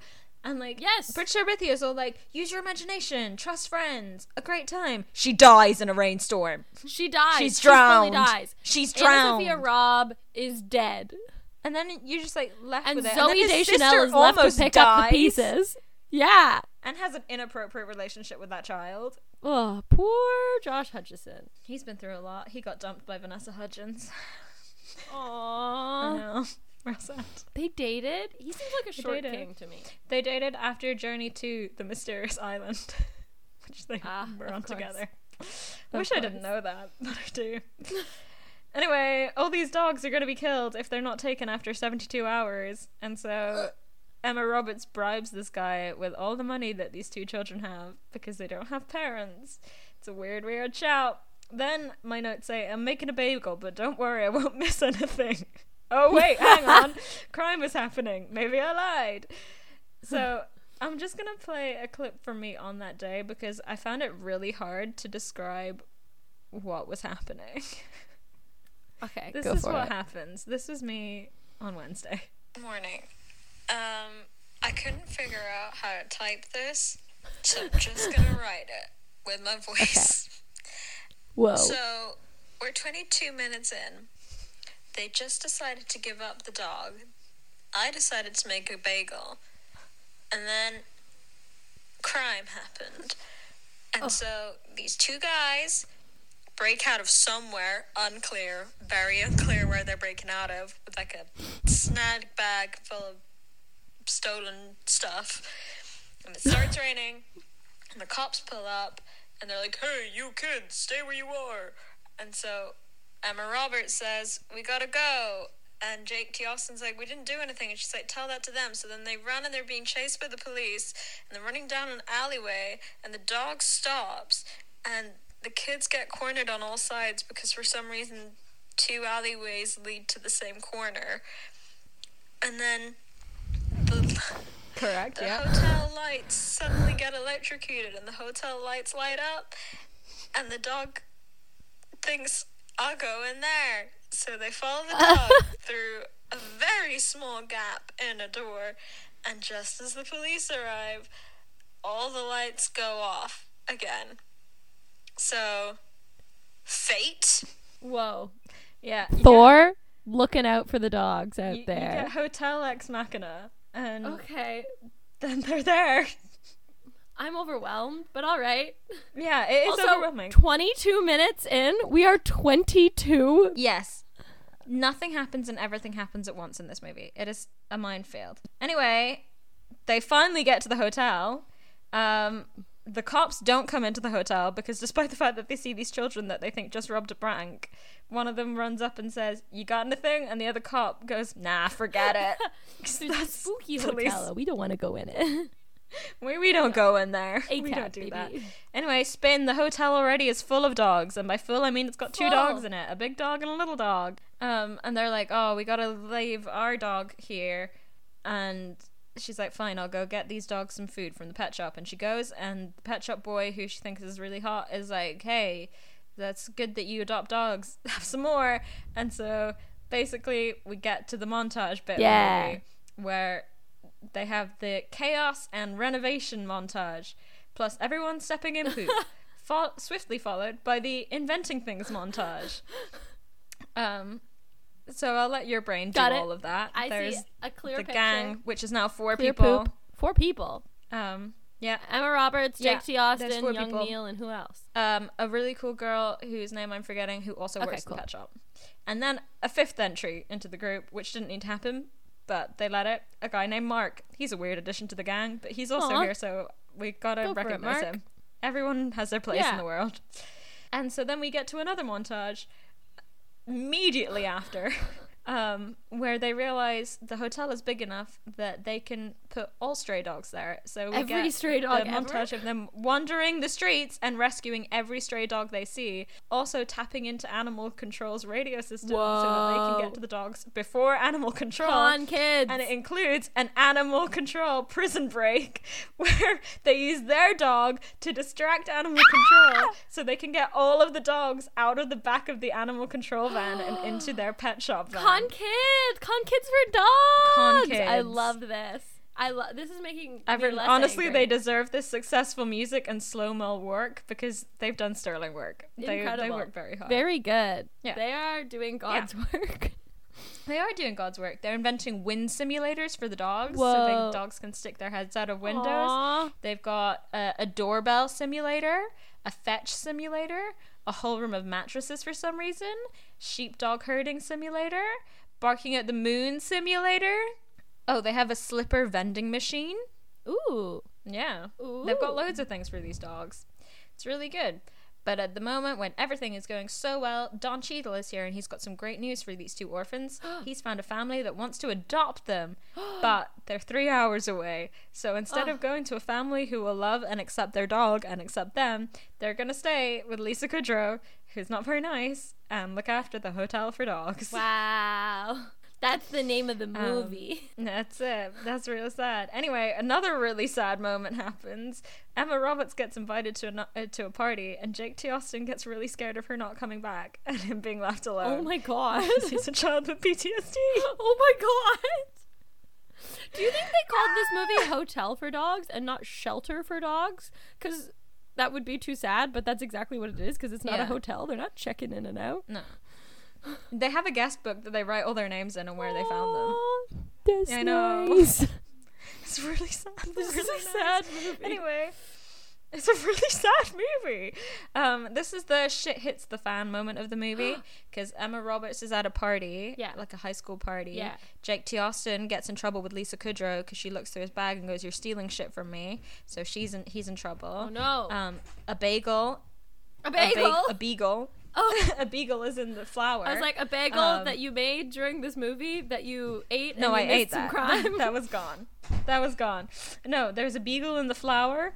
And like,
Yes.
Bridge to Terabithia is all like, use your imagination, trust friends, a great time. She dies in a rainstorm.
She dies.
She's
She fully
drowned.
dies.
She's
Anna
drowned.
Sophia Robb is dead.
and then you're just like left
And
with it.
Zoe
and then his
Deschanel
sister
is left to
almost
pick up
dies
the pieces. Yeah.
and has an inappropriate relationship with that child.
Oh, poor Josh Hutcherson.
He's been through a lot. He got dumped by Vanessa Hudgens.
Aww.
no, we're sad.
They dated? He seems like a short
dated.
king to me.
They dated after Journey to the Mysterious Island, which they
Ah,
were
of
on
course.
together.
Of
Wish I
course.
didn't know that, but I do. anyway, all these dogs are going to be killed if they're not taken after 72 hours, and so Emma Roberts bribes this guy with all the money that these two children have because they don't have parents. It's a weird, weird shout. Then my notes say, I'm making a bagel, but don't worry, I won't miss anything. Oh, wait, hang on. Crime is happening. Maybe I lied. So I'm just gonna play a clip from me on that day because I found it really hard to describe what was happening.
Okay,
This
go
is
for
what
it.
happens. This was me on Wednesday.
morning. Um, I couldn't figure out how to type this, so I'm just gonna write it with my voice.
Whoa.
So we're 22 minutes in. They just decided to give up the dog. I decided to make a bagel, and then crime happened. And so these two guys break out of somewhere unclear, very unclear where they're breaking out of, with like a snag bag full of stolen stuff. And it starts raining. And the cops pull up and they're like, hey, you kids, stay where you are. And so Emma Roberts says, we gotta go. And Jake T. Austin's like, we didn't do anything. And she's like, tell that to them. So then they run and they're being chased by the police and they're running down an alleyway and the dog stops and the kids get cornered on all sides because for some reason two alleyways lead to the same corner. And then the,
Correct.
the
Yeah.
hotel lights suddenly get electrocuted and the hotel lights light up and the dog thinks I'll go in there. So they follow the dog through a very small gap in a door and just as the police arrive, all the lights go off again. So fate
Whoa.
Yeah.
Thor looking out for the dogs out
You, get- you- you
there.
get Hotel Ex Machina, and
okay.
then they're there.
I'm overwhelmed, but all right.
Yeah, it is
also,
overwhelming.
22 minutes in, we are 22.
Yes. Nothing happens and everything happens at once in this movie. It is a minefield. Anyway, they finally get to the hotel. Um, the cops don't come into the hotel because, despite the fact that they see these children that they think just robbed a bank, one of them runs up and says, You got anything? And the other cop goes, Nah, forget it. 'Cause
There's a
that's
spooky
police.
hotel. We don't want to go in it.
We, we don't go in there. we
ATAP,
don't do that.
baby.
Anyway, Spin, the hotel already is full of dogs, and by full I mean it's got two
Full.
dogs in it a big dog and a little dog. Um, and they're like, oh, we gotta leave our dog here. And she's like, fine, I'll go get these dogs some food from the pet shop. And she goes, and the pet shop boy, who she thinks is really hot, is like, hey, that's good that you adopt dogs. Have some more. And so basically, we get to the montage bit of the
Yeah.
movie where they have the chaos and renovation montage, plus everyone stepping in poop, fo- swiftly followed by the inventing things montage. Um, so I'll let your brain do
Got it.
all of that.
I
There's
see a clear
the
picture.
gang, which is now four
clear
people.
poop. Four people.
Um, yeah.
Emma Roberts, Jake
Yeah,
T.
there's
Austin,
four
Young
people.
Neil, and who else?
Um, a really cool girl whose name I'm forgetting, who also
Okay,
works in
cool.
the pet shop. And then a fifth entry into the group, which didn't need to happen, but they let it. A guy named Mark. He's a weird addition to the gang, but he's also
Aw.
here, so we gotta
Go for it,
recognize
Mark.
him. Everyone has their place in
Yeah.
the world. And so then we get to another montage immediately after, um, where they realize the hotel is big enough that they can put all stray dogs there. So we
Every
get
stray dog
the
ever?
montage of them wandering the streets and rescuing every stray dog they see. Also tapping into animal control's radio system so that they can
Whoa.
get to the dogs before animal control.
Con kids.
And it includes an animal control prison break where they use their dog to distract animal control so they can get all of the dogs out of the back of the animal control van and into their pet shop van.
Con kids, con kids for dogs. I
kids.
loved this. I love this is making
Every-
me less
honestly,
angry.
they deserve this successful music and slow mo work because they've done sterling work. They, they
Incredible.
work very hard.
very good.
Yeah.
They are doing God's work.
They are doing God's work. They're inventing wind simulators for the dogs, so
Whoa.
the dogs can stick their heads out of windows.
Aw.
They've got a, a doorbell simulator, a fetch simulator, a whole room of mattresses for some reason, sheepdog herding simulator, barking at the moon simulator. Oh, they have a slipper vending machine.
Ooh.
Yeah. They've got
Ooh.
loads of things for these dogs. It's really good. But at the moment, when everything is going so well, Don Cheadle is here and he's got some great news for these two orphans. he's found a family that wants to adopt them, but they're three hours away. So instead of going to a family who will love and accept their dog and accept them, they're going to stay with Lisa Kudrow, who's not very nice, and look after the hotel for dogs.
Wow. That's the name
Um,
of the movie.
That's it. That's real sad. Anyway, another really sad moment happens. Emma Roberts gets invited to a no- uh, to a party, and Jake T. Austin gets really scared of her not coming back and him being left alone.
oh my god.
He's a child with PTSD.
oh my god. Do you think they called this movie Hotel for Dogs and not Shelter for Dogs? Cuz that would be too sad, but that's exactly what it is cuz it's not
Yeah.
a hotel. They're not checking in and out.
No. They have a guest book that they write all their names in and where they found them.
them. That's
I know.
nice.
It's really sad.
This is
really
a
nice.
sad movie.
Anyway, It's a really sad movie. Um, this is the shit hits the fan moment of the movie because Emma Roberts is at a party,
Yeah.
like a high school party.
Yeah.
Jake T. Austin gets in trouble with Lisa Kudrow because she looks through his bag and goes, "You're stealing shit from me." So she's in, he's in trouble.
Oh no.
Um, a bagel,
a
a,
bagel.
bag- a beagle,
oh.
a beagle is in the flower.
I was like a bagel
Um,
that you made during this movie that you ate.
No,
and
I
you missed
ate
some
that.
Crime.
that was gone. That was gone. No, there's a beagle in the flower.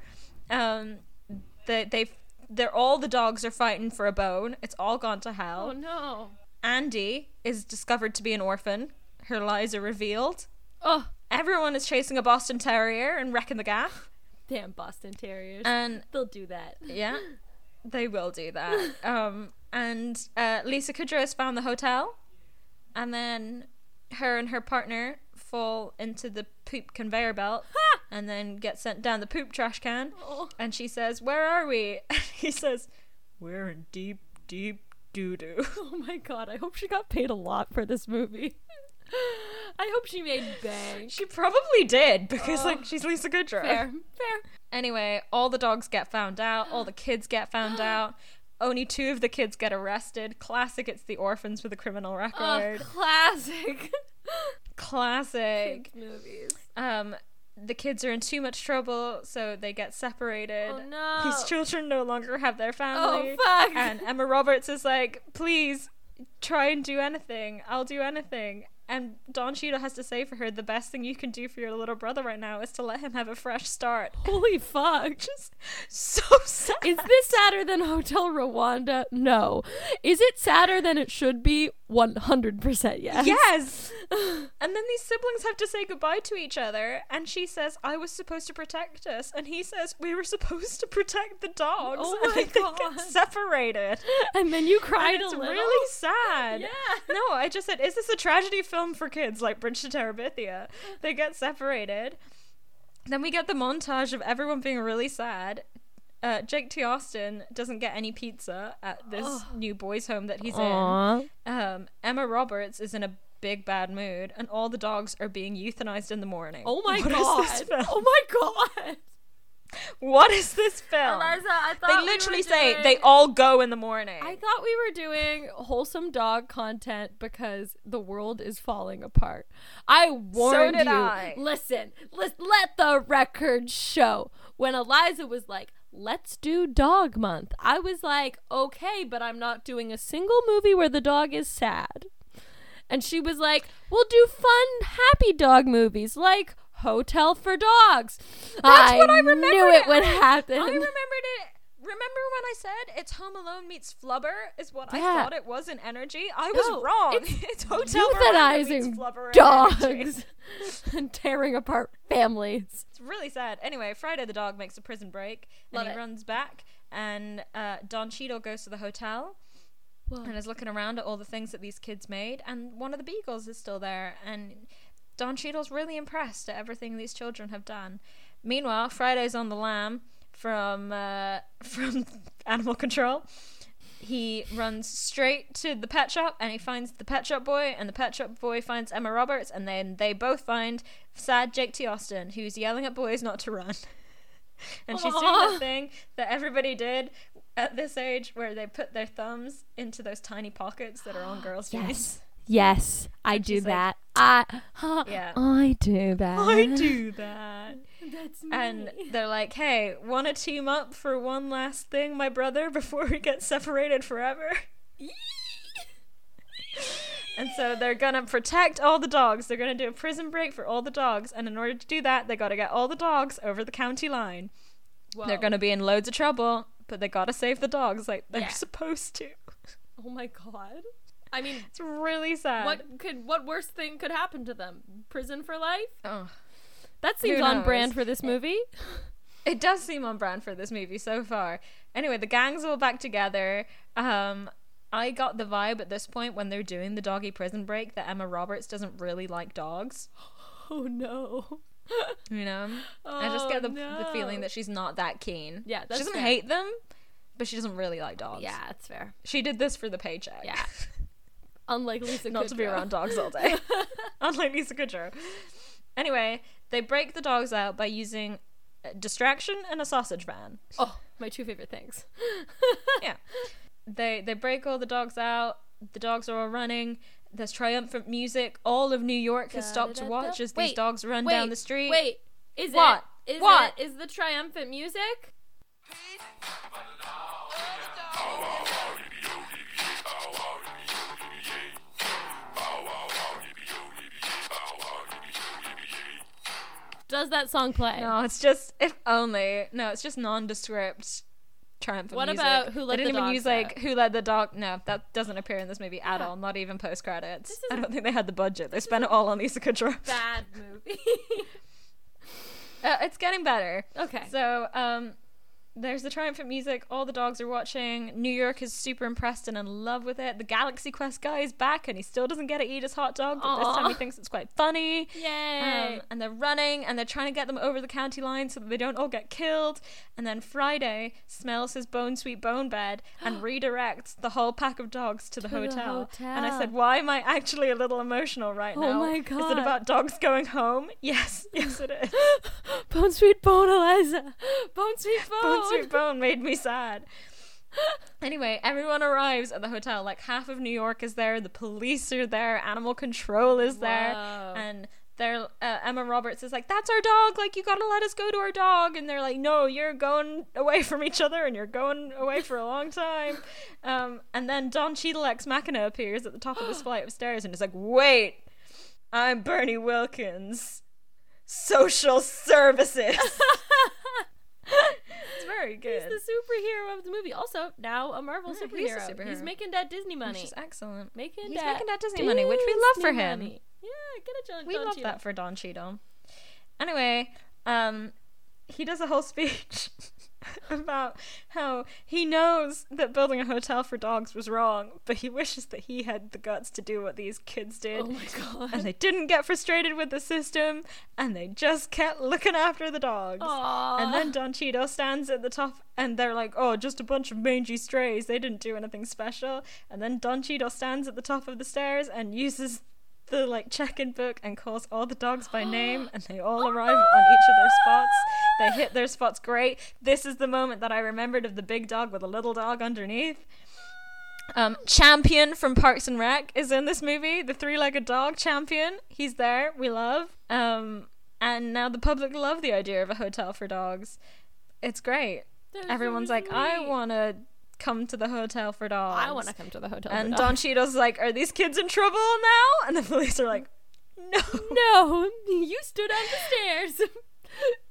Um, they they they're all the dogs are fighting for a bone. It's all gone to hell.
oh no.
Andy is discovered to be an orphan. Her lies are revealed.
Oh,
Everyone is chasing a Boston Terrier and wrecking the gaff.
damn Boston Terriers.
And
They'll do that.
yeah, they will do that. Um, and uh, Lisa Kudrow has found the hotel, and then her and her partner fall into the poop conveyor belt, and then get sent down the poop trash can.
Oh.
And she says, "Where are we?" And he says, "We're in deep, deep doo doo."
Oh my god, I hope she got paid a lot for this movie. I hope she made bank.
She probably did because like she's Lisa Goodrow.
Fair, fair.
Anyway, all the dogs get found out. All the kids get found out. Only two of the kids get arrested. Classic. It's the orphans with a criminal
Oh,
record.
classic
Classic.
movies.
Um, the kids are in too much trouble, so they get separated.
Oh, no. Oh,
These children no longer have their family.
fuck.
And Emma Roberts is like, please try and do anything. I'll do anything. And Don Cheadle has to say for her, the best thing you can do for your little brother right now is to let him have a fresh start.
Holy fuck. Just
So sad.
is this sadder than Hotel Rwanda? No. Is it sadder than it should be? 100% yes.
Yes. and then these siblings have to say goodbye to each other, and she says, "I was supposed to protect us," and he says, "We were supposed to protect the dogs."
Oh
and
my
I
God.
think it's separated.
And then you cried
And it's
a little.
really sad.
Yeah.
No, I just said, "Is this a tragedy film for kids like Bridge to Terabithia?" They get separated. Then we get the montage of everyone being really sad. Uh, Jake T. Austin doesn't get any pizza at this new boys' home that he's in.
Aw.
Um, Emma Roberts is in a big bad mood, and all the dogs are being euthanized in the morning.
Oh my
What is
god.
this film?
Oh my god.
What is this film?
Eliza, I
They
thought we
literally
were
say
doing-
they all go in the morning.
I thought we were doing wholesome dog content because the world is falling apart. I warned
did
you.
I.
Listen, let let the record show. When Eliza was like, "Let's do Dog Month," I was like, "Okay, but I'm not doing a single movie where the dog is sad." And she was like, "We'll do fun, happy dog movies like." Hotel for Dogs.
That's
I
what I remember.
knew it would happen.
I remembered it. Remember when I said it's Home Alone meets Flubber is what I
Yeah.
thought it was in Energy? I was
No,
wrong.
it's
It's, Hotel Rwanda meets Flubber
euthanizing
in Energy.
dogs and tearing apart families.
It's really sad. Anyway, Friday the dog makes a prison break
Love
and he
it.
runs back, and uh, Don Cheadle goes to the hotel
Whoa.
and is looking around at all the things that these kids made, and one of the beagles is still there, and Don Cheadle's really impressed at everything these children have done. Meanwhile, Friday's on the lam from uh, from animal control. He runs straight to the pet shop and he finds the pet shop boy, and the pet shop boy finds Emma Roberts, and then they both find sad Jake T. Austin, who's yelling at boys not to run. and she's doing
Aw.
that thing that everybody did at this age where they put their thumbs into those tiny pockets that are on girls' feet.
Yes, I do
she's like-
that. I, huh,
Yeah.
I do that.
I do that.
That's me.
And they're like, hey, want to team up for one last thing, my brother, before we get separated forever? and so they're going to protect all the dogs. They're going to do a prison break for all the dogs. And in order to do that, they got to get all the dogs over the county line. They're going to be in loads of trouble, but they got to save the dogs like they're
Yeah.
supposed to.
Oh my god. I mean,
It's really sad.
what could what worse thing could happen to them? Prison for life?
Oh.
That seems
Who
on
knows?
brand for this movie.
It does seem on brand for this movie so far. Anyway, the gang's all back together. Um, I got the vibe at this point when they're doing the doggy prison break that Emma Roberts doesn't really like dogs.
Oh no.
You know, I just get the,
Oh,
the feeling
no.
that she's not that keen.
Yeah, that's
she doesn't
fair.
hate them, but she doesn't really like dogs.
Yeah, that's fair.
she did this for the paycheck.
Yeah. Unlike Lisa
not to be
Kudrow.
around dogs all day, unlike Lisa Kudrow. Anyway, they break the dogs out by using distraction and a sausage van.
Oh, my two favorite things.
yeah. They they break all the dogs out. The dogs are all running. There's triumphant music. All of New York has stopped to watch as these
Wait,
dogs run
wait,
down the street.
Wait, is
What?
it? Is
What?
it- Is the triumphant music? Does that song play?
No, it's just if only. No, it's just nondescript triumphant
What
music.
about Who Let
they didn't
the
even
Dogs
use like
Out?
who led the dog. No, that doesn't appear in this movie at all. Not even post credits. I don't think they had the budget. They spent it all on Lisa Kudrow.
Bad movie.
Uh, it's getting better.
okay.
So, um, there's the triumphant music. All the dogs are watching. New York is super impressed and in love with it. The Galaxy Quest guy is back, and he still doesn't get to eat his hot dog, but this
Aw.
time he thinks it's quite funny.
Yay.
Um, and they're running, and they're trying to get them over the county line so that they don't all get killed. And then Friday smells his bone sweet bone bed and redirects the whole pack of dogs to the, hotel. And I
hotel.
said, "Why am I actually a little emotional right
Oh
now?
my
Is
God.
it about dogs going home? Yes, yes, it is."
bone sweet bone, Eliza. Bone sweet bone.
Bone Sweet Bone made me sad. Anyway, everyone arrives at the hotel. Like half of New York is there. The police are there. Animal control is there.
Whoa.
And they're uh, Emma Roberts is like, "That's our dog. Like you gotta let us go to our dog." And they're like, "No, you're going away from each other, and you're going away for a long time." Um, and then Don Cheadle ex Machina appears at the top of this flight of stairs and is like, "Wait, I'm Bernie Wilkins, social services." it's very good.
He's the superhero of the movie. Also, now a Marvel
Yeah, he's a
superhero. He's,
superhero.
making that Disney money.
Which is excellent.
making
He's
that
making that Disney money, which we love for
Disney
him.
money. Yeah, get a John.
We
Don
love
Cheadle.
that for Don Cheadle. Anyway, um, he does a whole speech about how he knows that building a hotel for dogs was wrong, but he wishes that he had the guts to do what these kids did.
Oh my god.
and they didn't get frustrated with the system, and they just kept looking after the dogs.
Aw.
And then Don Cheeto stands at the top, and they're like, "Oh, just a bunch of mangy strays. They didn't do anything special." And then Don Cheeto stands at the top of the stairs and uses the like check-in book and calls all the dogs by name, and they all arrive on each of their spots. They hit their spots great. This is the moment that I remembered of the big dog with a little dog underneath. Um, Champion from Parks and Rec is in this movie. The three-legged dog Champion, he's there. We love. Um, and now the public love the idea of a hotel for dogs. It's great.
That's
Everyone's
really
like, I
sweet.
want to come to the hotel for dogs.
I want to come to the hotel.
And
for
Don
dogs.
Cheadle's like, Are these kids in trouble now? And the police are like, No.
No, you stood on the stairs.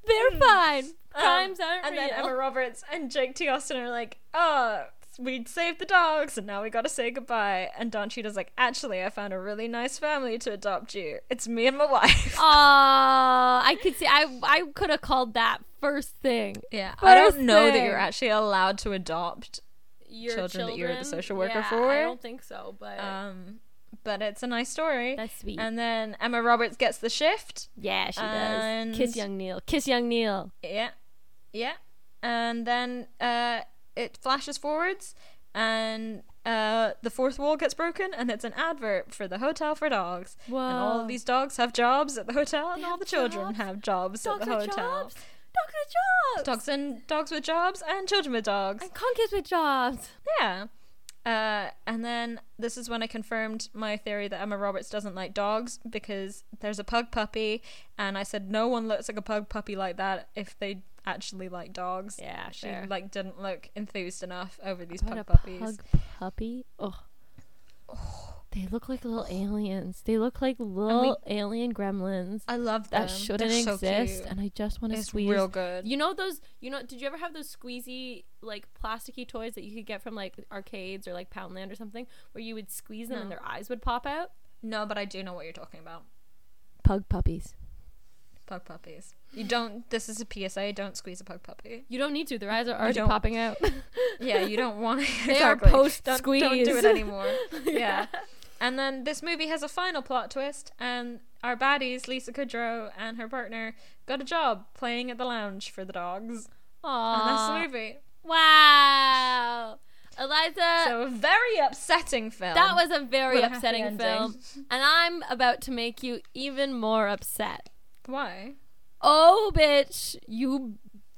They're fine. Crimes aren't
Mm. Um, and
real.
then Emma Roberts and Jake T. Austin are like, oh, we saved the dogs and now we gotta say goodbye. And Don Cheadle's like, actually, I found a really nice family to adopt you. It's me and my wife.
Aw, I could see. I I could have called that first thing.
yeah, I don't
first
know that
thing.
you're actually allowed to adopt,
Your
Children that you're the social worker
yeah,
for?
I don't think so, but
um, but it's a nice story.
That's sweet.
And then Emma Roberts gets the shift.
yeah, she
and-
does. Kiss young Neil. Kiss young Neil.
Yeah, yeah. And then uh, it flashes forwards, and uh, the fourth wall gets broken, and it's an advert for the hotel for dogs. And all
Whoa.
of these dogs have jobs at the hotel, and all
have
the children
jobs?
have jobs
Dogs
at the
with
hotel.
jobs. Dogs with jobs.
Dogs and dogs with jobs, and children with dogs.
And conkies with jobs.
Yeah. Uh, and then this is when I confirmed my theory that Emma Roberts doesn't like dogs because there's a pug puppy, and I said no one looks like a pug puppy like that if they actually like dogs.
Yeah,
she
fair.
like didn't look enthused enough over these
What
pug
a
puppies.
pug puppy. Oh. They look like little aliens. They look like little alien gremlins
I love them.
that shouldn't
They're so
exist.
cute.
and I just want to
It's
squeeze.
real good.
You know those? You know? Did you ever have those squeezy, like plasticky toys that you could get from like arcades or like Poundland or something, where you would squeeze them and their eyes would pop out?
no, but I do know what you're talking about.
Pug puppies.
Pug puppies. You don't. This is a PSA. Don't squeeze a pug puppy.
You don't need to. Their eyes are already
don't-
popping out.
Yeah, you don't want to.
They are post
don't, don't do
squeeze.
it anymore. yeah. And then this movie has a final plot twist, and our baddies, Lisa Kudrow and her partner, got a job playing at the lounge for the dogs. And that's the
Aww.
movie.
Wow. Eliza,
So a very upsetting film.
Uh, that was a very
What a happy
upsetting
ending.
film. And I'm about to make you even more upset.
why.
"Oh, bitch, you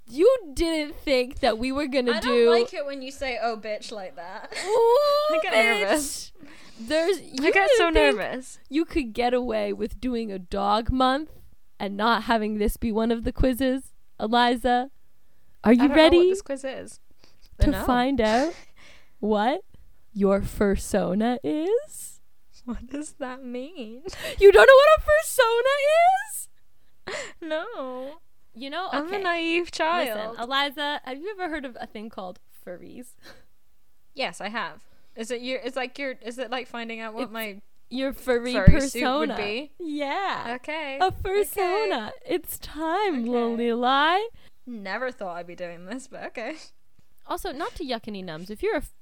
you didn't think that we were gonna
I
do."
don't like it when you say "oh bitch" like that.
Ooh,
I get
bitch.
nervous.
There's you
I got
didn't
so
think
nervous.
You could get away with doing a dog month and not having this be one of the quizzes, Eliza. Are you
I don't know what
ready
this quiz is.
to
No.
find out what your fursona is?
What does that mean?
You don't know what a fursona is?
No,
You know,
I'm a naive child.
Listen, Eliza, have you ever heard of a thing called furries?
yes, I have. Is it your? Is like your? Is it like finding out what
It's-
my?
Your furry,
Furry
persona.
suit would be?
Yeah.
Okay.
A fursona. It's time, little
Okay.
Lili.
Never thought I'd be doing this, but okay.
Also, not to yuck any nums. If you're a f-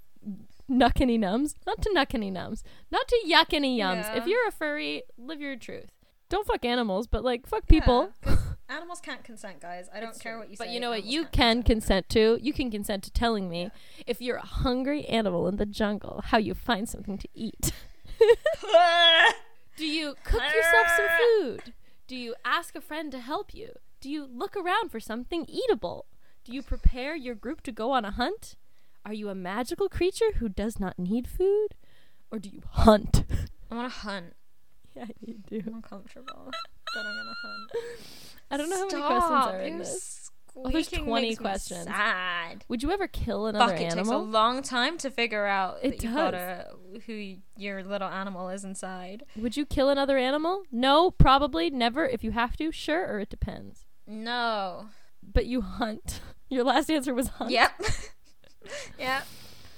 nuck any nums, not to nuck any nums, not to yuck any yums.
Yeah.
If you're a furry, live your truth. Don't fuck animals, but like fuck people.
Animals can't consent, guys. I don't care what you say.
But you know what?
animals
You
can't.
can consent to. You can consent to telling me if you're a hungry animal in the jungle how you find something to eat. Do you cook yourself some food? Do you ask a friend to help you? Do you look around for something eatable? Do you prepare your group to go on a hunt? Are you a magical creature who does not need food? Or do you hunt?
I want to hunt.
yeah, you do.
I'm uncomfortable, but I'm gonna hunt.
I don't know how many questions are in
you're
this. Oh,
Squeaking
there's 20
makes me
questions.
Sad.
Would you ever kill another
Fuck, it takes a
animal?
long time to figure out
It
that you
does.
gotta, who y- your little animal is inside.
Would you kill another animal? No, probably never. If you have to, sure, or it depends.
No.
But you hunt. Your last answer was hunt.
Yep. yep.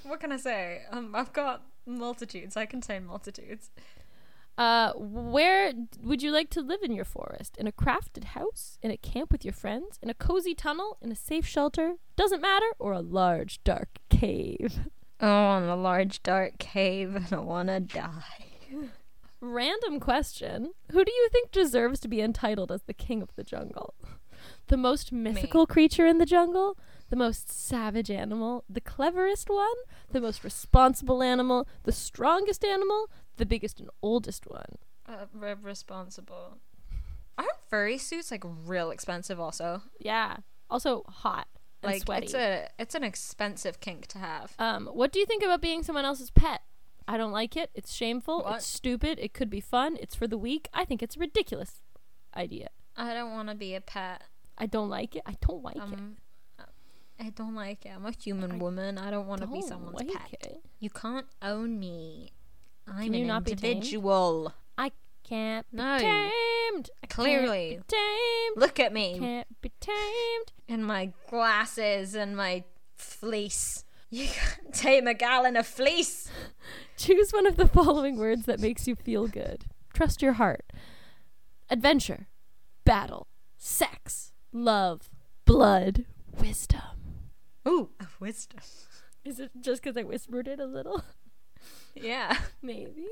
What can I say? Um, I've got multitudes. I contain multitudes.
Uh, where would you like to live in your forest? In a crafted house? In a camp with your friends? In a cozy tunnel? In a safe shelter? Doesn't matter. Or a large, dark cave?
Oh, in a large dark cave, and I wanna die.
Random question. Who do you think deserves to be entitled as the king of the jungle? The most mythical creature in the jungle? The most savage animal? The cleverest one? The most responsible animal? The strongest animal? The biggest and oldest one?
Uh, re- responsible. Aren't furry suits like real expensive? Also,
Yeah. Also hot and
like
sweaty.
it's a it's an expensive kink to have.
Um, what do you think about being someone else's pet? I don't like it. It's shameful.
What?
It's stupid. It could be fun. It's for the weak. I think it's a ridiculous idea.
I don't want to be a pet.
I don't like it. I don't like it.
Um, I don't like it. I'm a human woman. I don't want to be
don't
someone's
like
pet.
it.
You can't own me. I'm
Can you
an
not be tamed?
individual.
I can't be
No.
tamed. I
Clearly.
can't be tamed.
Look at me
Can't be tamed.
and my glasses and my fleece. You can't tame a gal in a fleece.
Choose one of the following words that makes you feel good. Trust your heart. Adventure, battle, sex, love, blood, wisdom.
Ooh, a wisdom.
Is it just because I whispered it a little?
Yeah.
Maybe.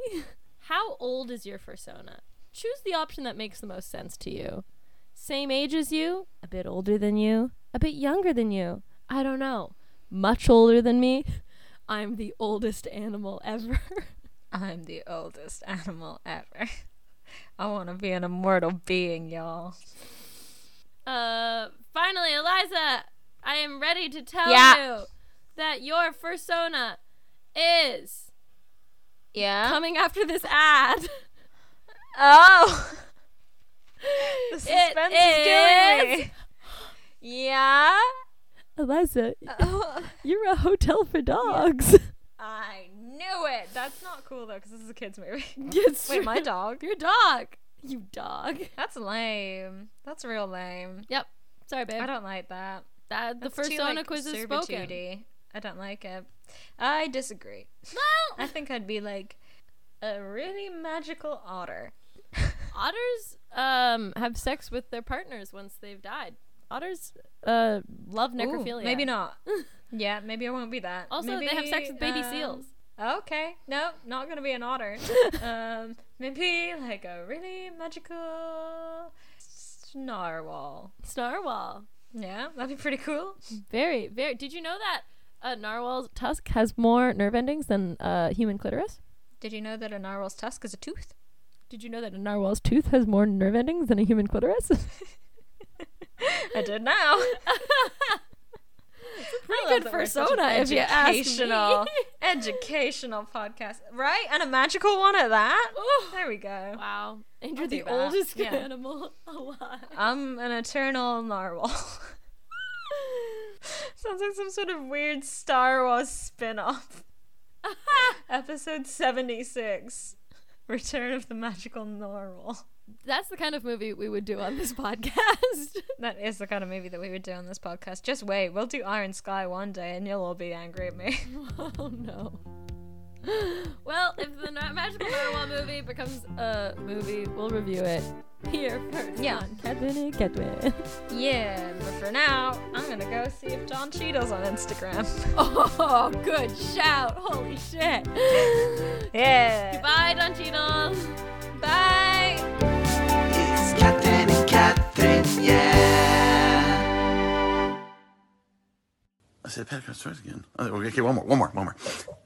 How old is your fursona? Choose the option that makes the most sense to you. Same age as you, a bit older than you, a bit younger than you. I don't know. Much older than me. I'm the oldest animal ever.
I'm the oldest animal ever. I want to be an immortal being, y'all.
uh, finally, Eliza, I am ready to tell
Yeah.
you that your fursona is
Yeah.
coming after this ad.
Oh. the
It
suspense is killing me. Yeah.
Eliza,
Oh,
you're a hotel for dogs.
I knew it. That's not cool though, because this is a kids' movie.
Yes.
Wait, my dog.
Your dog. You dog.
That's lame. That's real lame.
Yep. Sorry, babe.
I don't like that.
that, the
That's
first
too,
Sona
like,
quiz is spoken.
servitude-y. I don't like it. I disagree. I
Well,
think I'd be like a really magical otter.
otters um have sex with their partners once they've died. Otters uh love
Ooh,
necrophilia.
maybe not. yeah, maybe I won't be that.
Also, they have sex
Maybe,
with baby
um,
seals.
Okay, no, not gonna be an otter. um, maybe like a really magical snarwhal.
Snarwhal.
Yeah, that'd be pretty cool.
Very, very. Did you know that a narwhal's tusk has more nerve endings than a human clitoris?
Did you know that a narwhal's tusk is a tooth?
Did you know that a narwhal's tooth has more nerve endings than a human clitoris?
I did now.
Pretty
I love
good
that we're such
persona,
an
if you ask me.
educational- educational podcast, right? And a magical one at that. There we go.
Wow. And you're the
do that.
oldest
Yeah.
animal alive.
I'm an eternal narwhal. Sounds like some sort of weird Star Wars spin off. Episode 76 Return of the Magical Narwhal.
That's the kind of movie we would do on this podcast.
That is the kind of movie that we would do on this podcast. Just wait, we'll do Iron Sky one day and you'll all be angry at me.
oh no. Well, if the Na- magical narwhal movie becomes a movie, we'll review it here first.
Yeah.
on Catwin and Catwin.
yeah, but for now, I'm gonna go see if Don Cheadle's on Instagram.
Oh, good shout! Holy shit!
Yeah.
Bye, Don Cheadle.
Bye.
It's Catherine and Catherine, yeah.
I said Patrick Stars again. Oh, Okay, one more, one more, one more.